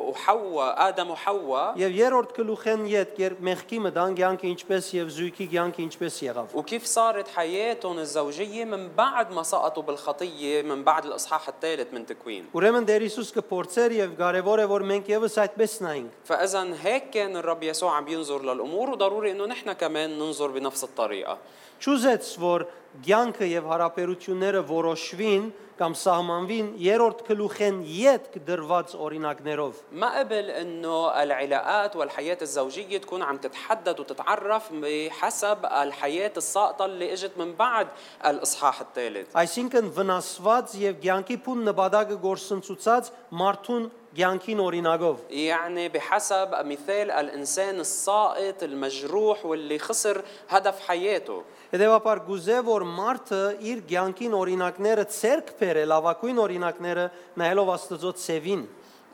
B: وحواء ادم وحواء
A: եւ երրորդ գլուխեն յետ երբ մեղքի մտան ցանկը ինչպես եւ զույգի ցանկը ինչպես եղավ։
B: وكيف صارت حياتهم الزوجيه من بعد ما سقطوا بالخطيه من بعد الاصحاح الثالث من تكوين
A: Ուրեմն Տեր Հիսուս կփորձեր եւ կարեւոր է որ մենք եւս այդպես նայենք։
B: فاذا هيك كان الرب يسوع عم ينظر للامور وضروري انه نحن كمان ننظر بنفس الطريقه
A: Չուզեց որ ցանկը եւ հարաբերությունները որոշվին կամ սահմանվին երրորդ գլուխեն յետ դրված օրինակներով։
B: ما قبل انه العلاقات والحياه الزوجيه تكون عم تتحدد وتتعرف بحسب الحياه الساقطه اللي اجت من بعد الاصحاح الثالث
A: Այսինքն վնասված եւ ցանկի փուն նպատակը գործընծուցած մարդուն ցանկին օրինակով։
B: يعني بحسب مثال الانسان الساقط المجروح واللي خسر هدف حياته
A: Հետևաբար գուզե որ մարդը իր ցանկին օրինակները ցերկ բերե լավագույն օրինակները նայելով Աստծո ցևին։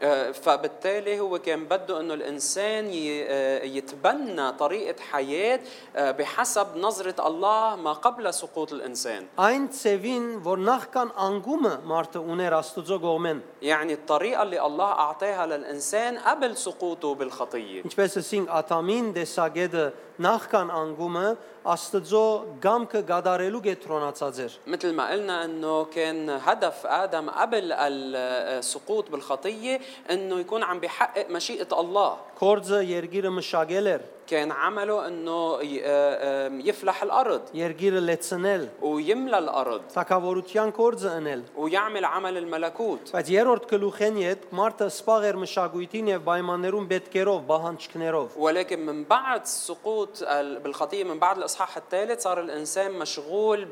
B: آه، فبالتالي هو كان بده انه الانسان ي- آه، يتبنى طريقه حياه آه، بحسب نظره الله ما قبل سقوط الانسان
A: Այն ցևին, որ նախքան անգումը մարդը ուներ Աստծո գողմեն,
B: يعني الطريقة اللي الله أعطاها للإنسان قبل سقوطه بالخطية
A: ինչպես ասինք Աթամին դեսագեդը նախքան անգումը Աստծո գամքը գադարելու գետրոնացած էր։
B: مثل ما قلنا انه كان هدف ادم قبل آه، السقوط بالخطيه انه يكون عم بيحقق مشيئه الله
A: Կորձը երգիրը մշակել էր,
B: كان عمله انه ي- آه، آم، يفلح الارض
A: երգիրը լեցնել,
B: ويملى الارض
A: թակավորության կորձը ընել։
B: ويعمل عمل الملكوت
A: Բայց երրորդ գլուխեն յետ մարդը սպաղ էր մշակույթին եւ պայմաններում պետքերով, բահանջքներով։
B: ولكن من بعد سقوط ال- بالخطيه من بعد الاصحاح الثالث صار الانسان مشغول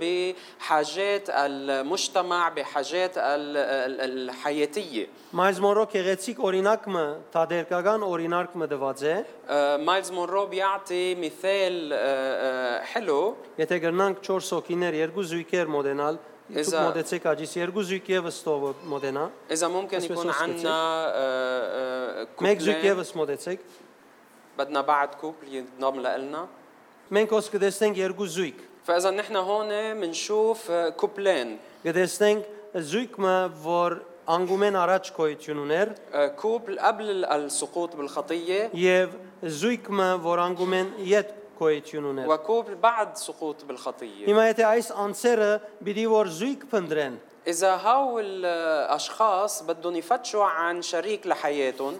B: بحاجات المجتمع بحاجات ال- ال- الحياتيه
A: Մայլզ Մոնրո քեղեցիկ օրինակը տադերկական օրինակը դված է։
B: آه، مايلز مونرو بيعطي مثال آه، آه، حلو
A: Եթե գնանք 4 հոգիներ երկու զույգեր մոդենալ, դուք
B: Էզա-
A: մոդեցեք աջիս երկու զույգ եւս ստով մոդենա,
B: اذا ممكن
A: بس- بس-
B: يكون
A: بس-
B: عندنا آه، آه،
A: մեկ զույգ
B: كوبلين.
A: եւս مոդեցեք։
B: بدنا بعد كوبل ينضم لنا
A: Մենք ոս կտեսնենք երկու զույգ։
B: فاذا نحن هون بنشوف آه، كوبلين
A: Կտեսնենք զույգը, որ անգումեն առաջ գոյություն ուներ
B: كوبل آه، قبل السقوط بالخطية
A: եւ զույգը, որ անգումեն ետ գոյություն ուներ։
B: وكوبل بعد سقوط بالخطية
A: Հիմա եթե այս անձերը պիտի որ զույգ փնտրեն,
B: إذا هاو الأشخاص بدهم يفتشوا عن شريك لحياتهم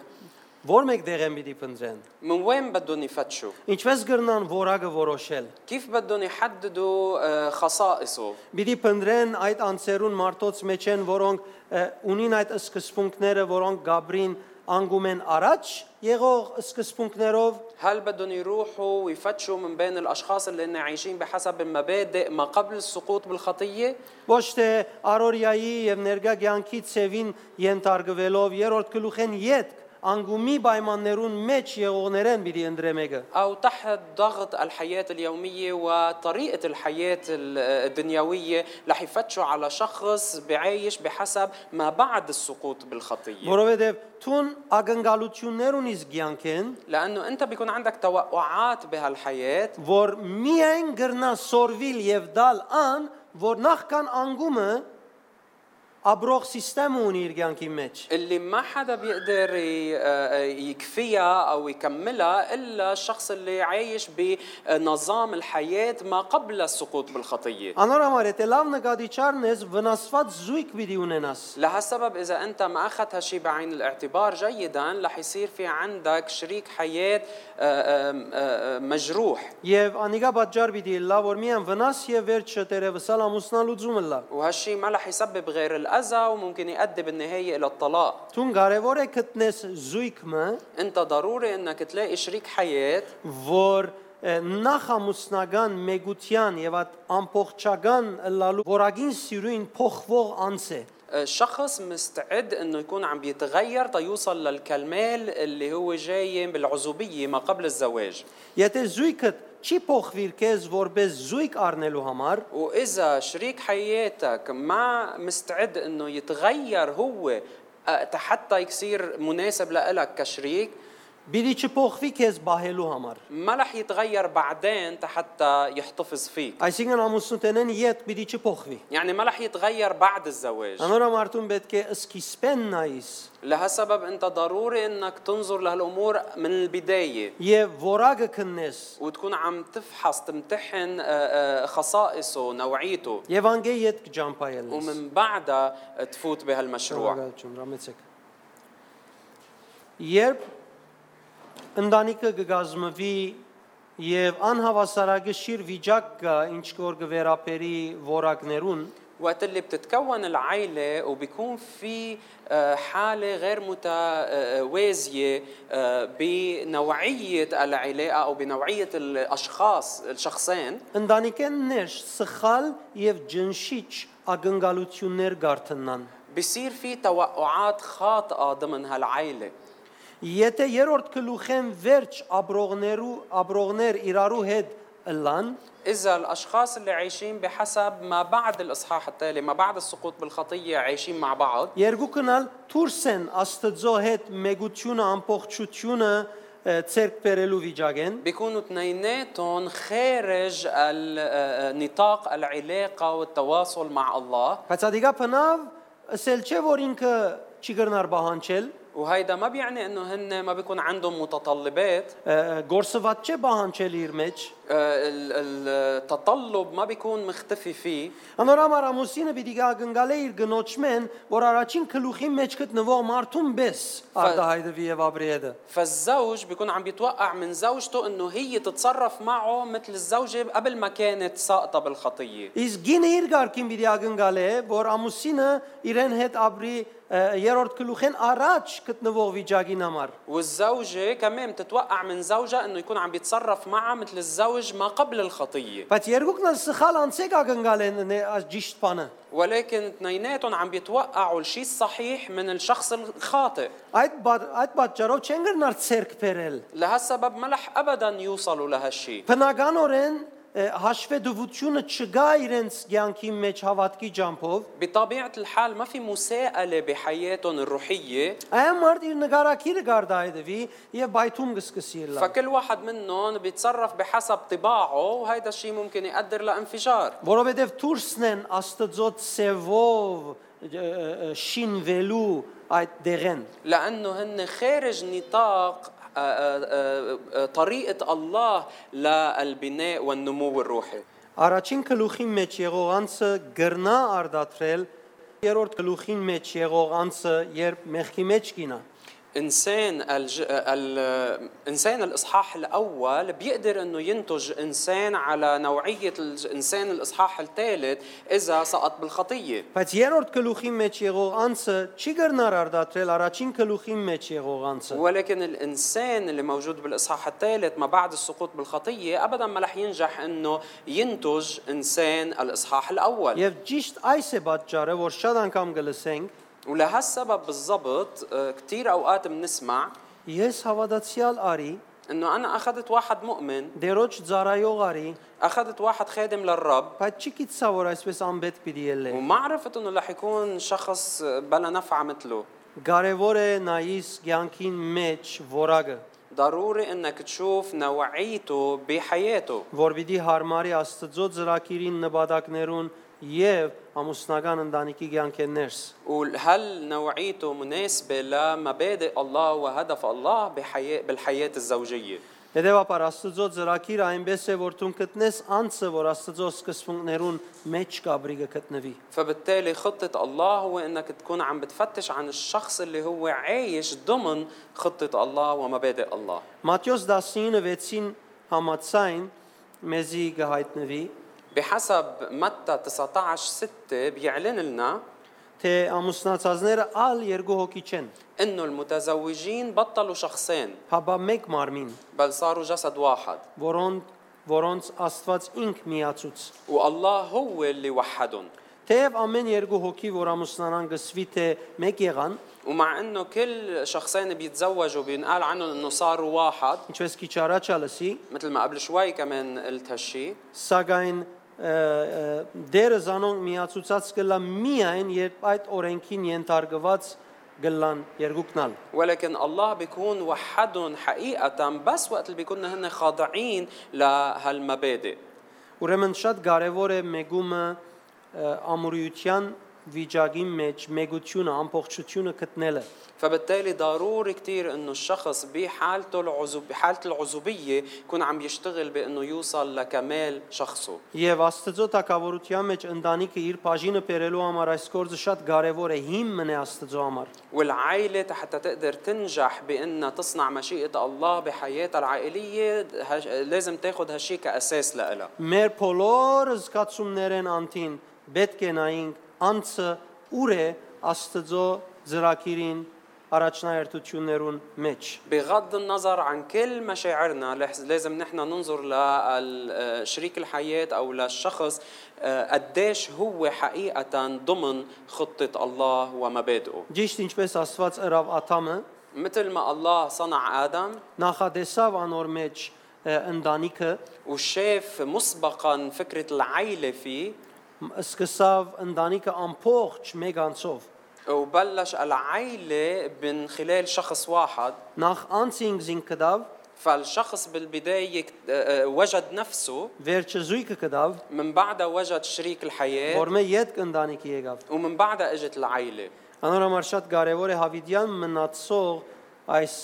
A: ո՞ր մեկ դեղեն պիտի փնտրեն։
B: من وين بدهم يفتشوا
A: Ինչպես գրնան որակը որոշել։
B: كيف بدهم يحددوا آه، خصائصه
A: Պիտի փնտրեն այդ անձերուն մարդոց մեջ են, որոնք ը, ունին այդ սկզբունքները, որոնք Գաբրին անգում են առաջ եղող սկզբունքներով
B: هل بدهم يروحوا ويفتشوا من بين الأشخاص اللي هن عايشين بحسب المبادئ ما قبل السقوط بالخطية
A: ոչ թե Արորիայի եւ ներկա ցանկի ցևին ենթարկվելով երրորդ գլուխեն յետ անգումի պայմաններուն մեջ եղողներեն պիտի ընդրե մեկը
B: أو تحت ضغط الحياة اليومية وطريقة الحياة ال- آه، الدنيوية رح يفتشوا على شخص بعايش بحسب ما بعد السقوط بالخطية
A: որովհետեւ ցուն ակնկալություններ ունիս ցանկեն
B: لأنه أنت بيكون عندك توقعات بهالحياة
A: որ միայն գրնա սորվիլ եւ դալ ան որ նախքան անգումը աբրող համակարգ ունի իր ցանկի մեջ
B: اللي ما حدا بيقدر ي- آه، يكفيها او يكملها الا الشخص اللي عايش بنظام الحياه ما قبل السقوط بالخطيه
A: անոր համար եթե լավ նկատի չառնես վնասված զույգ պիտի ունենաս
B: لهالسبب اذا انت ما اخذت هالشيء بعين الاعتبار جيدا رح يصير في عندك شريك حياه آه، آه، آه، مجروح
A: Եվ անիկա պատճառ պիտի լա որ միան վնաս եւ վերջը դերևս ալ ամուսնալուծումը լա։
B: وهالشيء ما رح يسبب غير الاذى وممكن يؤدي بالنهايه الى الطلاق
A: Թուն կարեւոր է գտնես զույգը,
B: انت ضروري انك تلاقي شريك حياه
A: որ ը, նախ ամուսնական մեգության եւ այդ ամբողջական լալու որագին սիրույն փոխվող անց է։
B: آه، شخص مستعد انه يكون عم بيتغير تيوصل للكمال اللي هو جاي بالعزوبيه ما قبل الزواج
A: Եթե զույգը չի փոխվի քեզ որպես զույգ առնելու համար,
B: واذا شريك حياتك ما مستعد انه يتغير هو آه، حتى يصير مناسب لإلك كشريك
A: պիտի չփոխվի քեզ բահելու համար։
B: ما رح يتغير بعدين حتى يحتفظ فيك
A: Այսինքն ամուսնութենեն իդ պիտի չփոխվի։
B: يعني ما رح يتغير بعد الزواج
A: Անորոմարտուն պետք է սկիզբեն նայես
B: لهالسبب انت ضروري انك تنظر لهالامور من البدايه
A: եւ որակը քննես
B: وتكون عم تفحص تمتحن آه، آه، خصائصه نوعيته
A: Եվ անգե իդ կջամփայել։
B: ومن بعدها تفوت بهالمشروع
A: Շնորհակալություն, ռամեցեք։ Երբ ընտանիքը կգազմվի եւ անհավասարագշիր վիճակ կա, ինչ որ գվերապերի ворակներուն,
B: وقت اللي بتتكون العائلة وبيكون في آه، حالة غير متوازية آه، بنوعية العلاقة أو بنوعية الأشخاص الشخصين
A: ընտանիքներ սխալ եւ ջնշիչ ակնկալություններ գարթնան։
B: بصير في توقعات خاطئة ضمن هالعائلة
A: Եթե երրորդ գլուխեն վերջ աբրողներու աբրողներ իրարու հետ լան,
B: إذا الأشخاص اللي عايشين بحسب ما بعد الإصحاح التالي ما بعد السقوط بالخطية عايشين مع بعض
A: Երկու կնալ դուրս են Աստծո հետ մեգությունը, ամբողջությունը ը, ցերկ բերելու վիճակեն։
B: بيكونوا اثنيناتهم خارج ال- آه، آه، نطاق العلاقة والتواصل مع الله
A: Բայց ադիգա փնավ ասել չէ որ ինքը չի գրնար բահանջել,
B: وهيدا ما بيعني انه هن ما بيكون عندهم متطلبات
A: ը, գործված չէ բահանջել իր մեջ։
B: آه، ال- ال- التطلب ما بيكون مختفي فيه
A: Անորամար ամուսինը պիտի գանգալե իր գնոճմեն, որ առաջին քլուխի մեջ գտնվող մարդուն բես արդահայտվի եւ ապրի հետը։
B: فالزوج بيكون عم بيتوقع من زوجته انه هي تتصرف معه مثل الزوجة قبل ما كانت ساقطة بالخطية
A: Իսկ գինը իր ղարքին պիտի ագնգալե, որ ամուսինը իրեն հետ ապրի ը, երրորդ գլուխեն առաջ գտնվող վիճակին համար։
B: والزوجة كمان تتوقع من زوجها انه يكون عم بيتصرف معها مثل الزوج ما قبل الخطية
A: Բայց երկուքն էլ սխալ անցեք ակնկալ են նե- այս ճիշտ բանը։
B: ولكن اثنيناتهم عم بيتوقعوا الشيء الصحيح من الشخص الخاطئ
A: Այդ բա- այդ պատճառով չեն գրնար ցերկ բերել։
B: لهالسبب ما رح ابدا يوصلوا لهالشيء
A: Բնականորեն ը, հաշվետվությունը չգա իրենց ցանկի մեջ հավատքի ջամփով,
B: بطبيعة الحال ما في مساءلة بحياتهم الروحية
A: այն մարդ իր նկարակիրը գարդայդվի եւ բայթում կսկսի լա։
B: فكل واحد منهم بيتصرف بحسب طباعه وهيدا الشيء ممكن يؤدر لانفجار
A: Որովհետև դուրսն են Աստծո ծևով ը, ը, շինվելու այդ դերեն։
B: لأنه هن خارج نطاق آه، آه، آه، طريقة الله للبناء والنمو الروحي
A: Առաջին գլուխի մեջ եղող անձը գրնա արդատրել, երրորդ գլուխին մեջ եղող անձը երբ մեղքի մեջ կինա։
B: إنسان الج... ال... إنسان الإصحاح الأول بيقدر إنه ينتج إنسان على نوعية الإنسان الإصحاح الثالث إذا سقط بالخطية
A: Բայց երրորդ գլուխի մեջ եղող անձը չի գրնար արդատրել առաջին գլուխի մեջ եղող անձը։
B: ولكن الانسان اللي موجود بالاصحاح الثالث ما بعد السقوط بالخطيه ابدا ما رح ينجح انه ينتج انسان الاصحاح الاول
A: Եվ ճիշտ այս է պատճառը, որ շատ անգամ գլսենք,
B: ولهالسبب بالضبط آه، كتير اوقات بنسمع
A: ես հավատացյալ արի,
B: انه انا اخذت واحد مؤمن
A: դերոջ ծարայող արի,
B: اخذت واحد خادم للرب
A: բայց չի գիտսա որ այսպես անբետ պիտի ելնի։
B: وما عرفت انه رح يكون شخص بلا نفعه مثله
A: Կարևոր է նայիս ցանկին մեջ որակը,
B: ضروري انك تشوف نوعيته بحياته
A: որ պիտի հարմարի Աստծո ծրակիրին նպատակներուն եւ ամուսնական ընտանիքի ցանկերներս։
B: وهل نوعيته مناسبة لمبادئ الله وهدف الله بحياة بالحياة الزوجية
A: Հետևաբար Աստծո ծրակիրը այնպես է, որ դու գտնես անձը, որ Աստծո սկզբունքներուն մեջ կաբրիգը գտնվի։
B: فبالتالي خطة الله هو انك تكون عم بتفتش عن الشخص اللي هو عايش ضمن خطة الله ومبادئ الله
A: Մատթեոս 19:6-ին համաձայն մեզի գահիտնվի,
B: بحسب متى 19 6 بيعلن لنا
A: թե ամուսնացածները ալ երկու հոգի չեն,
B: انه المتزوجين بطلوا شخصين
A: հաբա մեկ մարմին,
B: بل صاروا جسد واحد
A: որոնք որոնց Աստված ինք միացուց։
B: والله هو اللي وحدهم
A: Թեև ամեն երկու հոգի, որ ամուսնանան գսվի թե մեկ եղան,
B: ومع انه كل شخصين بيتزوجوا بينقال عنهم انه صاروا واحد
A: ինչպես քիչ առաջ ալսի,
B: مثل ما قبل شوي كمان قلت هالشي
A: սակայն ը, ը, դերը զանոն միացուցած կլա միայն երբ այդ օրենքին ենթարկված գլան երկուքնալ։
B: ولكن الله بيكون وحدهم حقيقة بس وقت اللي بيكون هن خاضعين لهالمبادئ
A: Ուրեմն շատ կարևոր է մեգումը ը, ամուրյության վիճակի մեջ մեգությունը, ամբողջությունը գտնելը։
B: فبالتالي ضروري كتير انه الشخص بحالته العزوب بحالة العزوبية يكون عم يشتغل بانه يوصل لكمال شخصه
A: Եվ Աստծո տակավորության մեջ ընտանիքը իր բաժինը բերելու համար այս գործը շատ կարևոր է հիմն է Աստծո համար։
B: والعائلة حتى تقدر تنجح بانها تصنع مشيئة الله بحياتها العائلية هش- لازم تاخد هالشي كأساس لها
A: Մեր բոլոր զգացումներեն անտին պետք է նայինք անցը ուր է Աստծո ծրակիրին առաջնահերթություններուն մեջ։
B: بغض النظر عن كل مشاعرنا لح- لازم نحن ننظر لشريك الحياة أو للشخص آه، قديش هو حقيقة ضمن خطة الله ومبادئه
A: Ճիշտ ինչպես Աստված ըրավ Աթամը
B: مثل ما الله صنع آدم
A: նախադեսավ անոր մեջ ը, ընտանիքը,
B: وشاف مسبقا فكرة العيلة فيه
A: մ- սկսավ ընտանիքը ամբողջ մեկ անցով։
B: وبلش العيلة من خلال شخص واحد
A: Նախ անցին զինք կդավ,
B: فالشخص بالبداية آه، آه، وجد نفسه
A: վերջը զույգը կդավ,
B: من بعدها وجد شريك الحياة
A: որմե յետ ընտանիքի եկավ։
B: ومن بعدها اجت العيله
A: Անոր համար շատ կարևոր է հավիդյան մնացող այս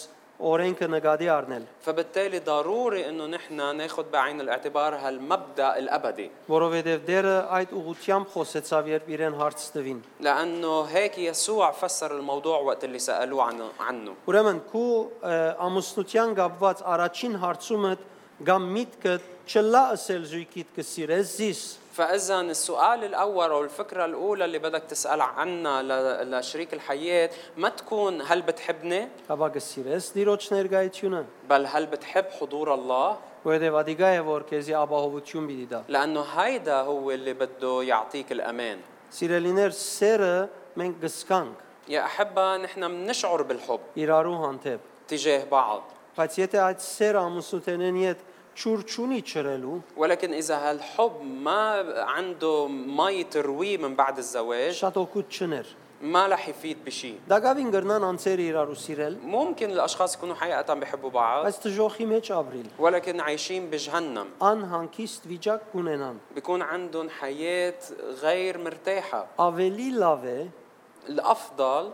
A: օրենքը նկատի առնել։
B: فبالتالي ضروري انه نحن ناخذ بعين الاعتبار هالمبدا الابدي
A: որովհետև Դերը այդ ուղությամբ խոսեցավ, երբ իրեն հարց տվին։
B: لانه هيك يسوع فسر الموضوع وقت اللي سالوه عنه, عنه.
A: Ուրեմն, քու ը, ամուսնության գաբված առաջին հարցումդ կամ միտքդ չլա ասել զույգիդ կսիրես զիս։
B: فاذا السؤال الاول او الفكره الاولى اللي بدك تسال عنها ل- لشريك الحياه ما تكون هل بتحبني
A: Հավա կսիրես ծիրոջ ներգայությունը,
B: بل هل بتحب حضور الله
A: որովհետև ադիգա է որ քեզի ապահովություն մի դիտա։
B: لانه هيدا هو اللي بده يعطيك الامان
A: Սիրելիներ, սերը մենք գսկանք
B: يا احبه نحن بنشعر بالحب
A: իրարու հանդեպ,
B: تجاه بعض
A: բայց եթե այդ սերը ամուսնութենեն հետ ճուր չունի չրելու,
B: ولكن إذا هالحب ما عنده ما يترويه من بعد الزواج
A: շատ օգուտ չներ։
B: ما رح يفيد بشيء
A: Դակավին գրնան անձերը իրար ու սիրել,
B: ممكن الأشخاص يكونوا حقيقة بيحبوا بعض
A: բայց դժոխի մեջ ապրիլ։
B: ولكن عايشين بجهنم
A: Անհանգիստ վիճակ կունենան։
B: بيكون عندهم حياة غير مرتاحة
A: Ավելի լավ է,
B: الأفضل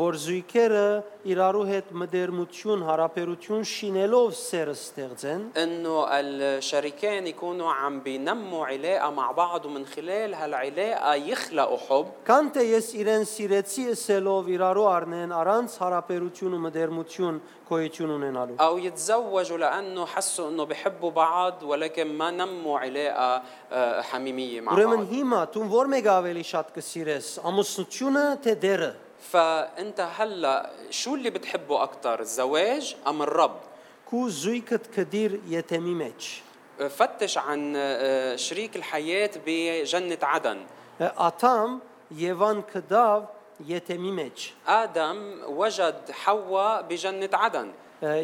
A: որ զույգերը իրարու հետ մդերմություն, հարաբերություն շինելով սերը ստեղծեն,
B: انه الشريكين يكونوا عم بينموا علاقة مع بعض ومن خلال هالعلاقة يخلقوا حب
A: Քան թե ես իրեն սիրեցի ասելով իրարու առնեն առանց հարաբերություն ու մդերմություն գոյություն ունենալու։
B: أو يتزوجوا لأنه حسوا إنه بحبوا بعض ولكن ما نموا علاقة آه، حميمية مع بعض
A: Ուրեմն հիմա դու ո՞ր մեկը ավելի շատ կսիրես՝ ամուսնությունը թե դերը։
B: فأنت هلا شو اللي بتحبه أكتر الزواج أم الرب؟
A: Քու զույգդ կդիր եթեմի մեջ։
B: فتش عن آه، شريك الحياة بجنة عدن
A: Աթամ Եվան կդավ եթեմի մեջ։
B: آدم وجد حواء بجنة عدن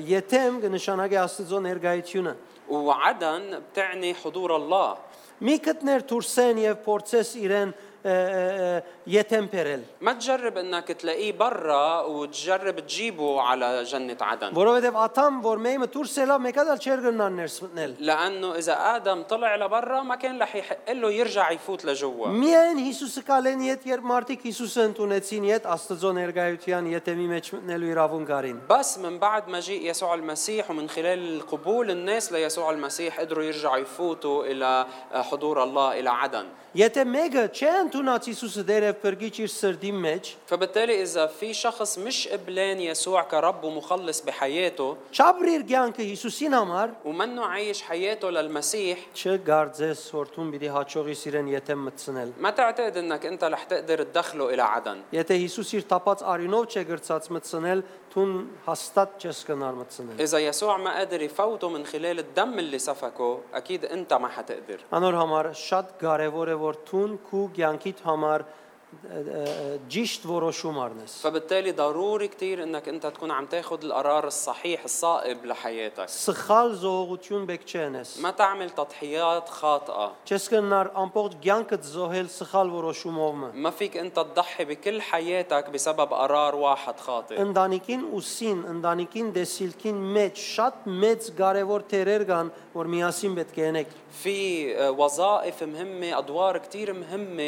A: Եթեմ կնշանակի Աստծո ներգայությունը։
B: وعدن بتعني حضور الله
A: Մի կտներ դուրսեն եւ փորձես իրեն ը, ը, ը, եթեմ բերել,
B: ما تجرب انك تلاقيه برا وتجرب تجيبه على جنة عدن
A: որովհետեւ աթամ որ մեկը դուրս ելա, մեկը դալ չեր գնան ներս մտնել։
B: لانه اذا ادم طلع لبرا ما كان رح يحق له يرجع يفوت لجوا
A: Միայն Հիսուսը կալենի հետ երբ մարդիկ Հիսուսը ընդունեցին իդ Աստծո ներկայության յետեմի մեջ մտնելու իրավունք արին։
B: بس من بعد مجيء يسوع المسيح ومن خلال قبول الناس ليسوع المسيح قدروا يرجعوا يفوتوا الى حضور الله الى عدن
A: Եթե մեկը չի ընդունած Հիսուսը դերև բրգիչ իր սրդի մեջ,
B: فبالتالي اذا في شخص مش قبلان يسوع كرب ومخلص بحياته
A: չաբրիր կյանքը Հիսուսին համար,
B: ومنه عايش حياته للمسيح
A: չգարձես որթուն պիտի հաճողիս իրեն յետեմ մտցնել։
B: ما تعتقد انك انت رح تقدر تدخله الى عدن
A: Եթե Հիսուս իր տապած արյունով չի գրծած մտցնել, թուն հաստատ չես կնար մտցնել։
B: إذا يسوع ما قادر يفوته من خلال الدم اللي سفكه أكيد أنت ما حتقدر
A: Անոր համար շատ կարևոր է որ թուն քու կյանքիդ համար ը, ը, ը, ճիշտ որոշում առնես։
B: فبالتالي ضروري كتير أنك أنت تكون عم تاخد القرار الصحيح الصائب لحياتك
A: Սխալ զողություն բեք չենես։
B: ما تعمل تضحيات خاطئة
A: Չես կնար ամբողջ կյանքդ զոհել սխալ որոշումով։ մը։
B: ما فيك أنت تضحي بكل حياتك بسبب قرار واحد خاطئ
A: Ընտանիքին ուսին, ընտանիքին դեսիլքին մեջ շատ մեծ կարևոր թերեր կան, որ միասին պետք է ենեք։
B: في آه، وظائف مهمة أدوار كتير مهمة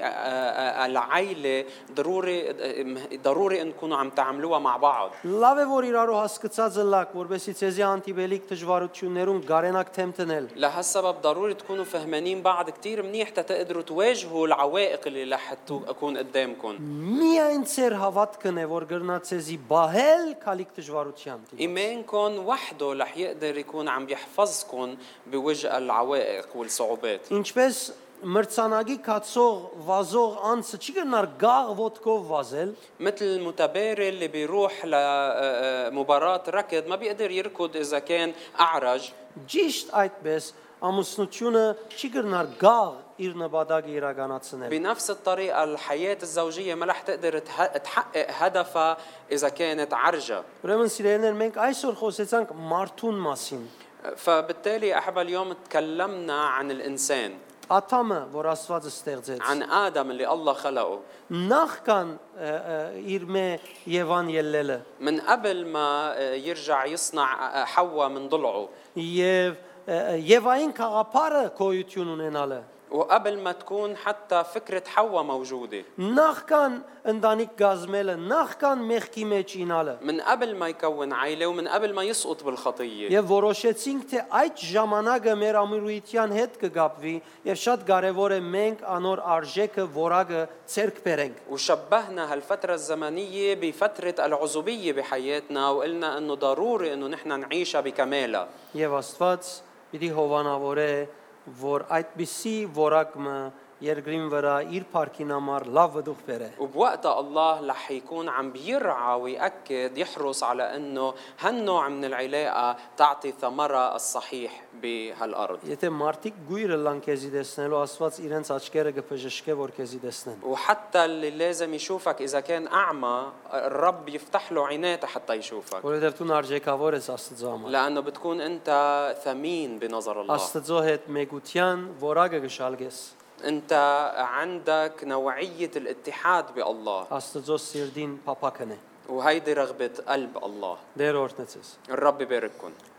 B: آه، بالعائلة ضروري آه، مه- ضروري أن تكونوا عم تعملوها مع بعض
A: Լավ է որ իրարու հասկացածը լակ, որովհետեւ ցեզի անտիբելիկ դժվարություններուն գարենակ թեմ տնել։
B: لهالسبب ضروري تكونوا فهمانين بعض كتير منيح تقدروا تواجهوا العوائق اللي رح تو- اكون قدامكم
A: Միայն ցեր հավատքն է, որ գրնա ցեզի բահել քալիք դժվարության։ դիմաց։
B: إيمانكم وحده رح يقدر يكون عم يحفظكم بوجه العوائق والصعوبات
A: Ինչպես մրցանակի կացող վազող անձը չի գնար գաղ ոդկով վազել,
B: مثل المتباري اللي بيروح لمباراة ركض ما بيقدر يركض إذا كان أعرج
A: Ճիշտ այդպես ամուսնությունը չի գրնար գաղ իր նպատակը իրականացնել։
B: بنفس الطريقة الحياة الزوجية ما رح تقدر تح- تحقق هدفها إذا كانت عرجة
A: Ուրեմն սիրելիներ, մենք այսօր խոսեցանք մարդուն մասին։
B: فبالتالي أحبة اليوم تكلمنا عن الإنسان
A: Աթամը, որ Աստվածը ստեղծեց,
B: عن آدم اللي الله خلقه
A: նախքան ը, ը, իր մե Եվան ելելը
B: من قبل ما آه، يرجع يصنع آه، حواء من ضلعه
A: եւ ը, ը, Եվային խաղապարը գոյություն ունենալը,
B: وقبل ما تكون حتى فكرة حواء موجودة
A: նախքան ընտանիք գազմելը, նախքան մեղքի մեջ ինալը։
B: من قبل ما يكون عائلة ومن قبل ما يسقط بالخطية
A: Եվ որոշեցինք, թե այդ ժամանակը մեր ամիրույթյան հետ կգապվի եւ շատ կարեւոր է մենք անոր արժեքը, որակը ցերկ բերենք։
B: وشبهنا هالفترة الزمنية بفترة العزوبية بحياتنا وقلنا انه ضروري انه نحن نعيشها بكمالها
A: Եվ Աստված պիտի հովանավորե, որ այդպիսի որակը երկրին վրա իր парքին համար լավ վդուխ բերե։
B: وبوقتها الله رح يكون عم بيرعى ويأكد يحرص على انه هالنوع من العلاقه تعطي ثمره الصحيح بهالارض
A: Եթե մարդիկ գույրը լան քեզի տեսնելու Աստված իրենց աչքերը կփժշկե որ քեզի տեսնեն։
B: وحتى اللي لازم يشوفك اذا كان اعمى الرب يفتح له عيناته حتى يشوفك
A: Որովհետև դու արժեքավոր ես Աստծո համար։
B: لانه بتكون انت ثمين بنظر الله
A: Աստծո հետ մեգության որակը գշալգես։
B: انت عندك نوعيه الاتحاد بالله
A: Աստծո սիրտին Դե, փափակն է։
B: وهيدي رغبه قلب الله
A: Դերորդնեցես։
B: الرب يبارككم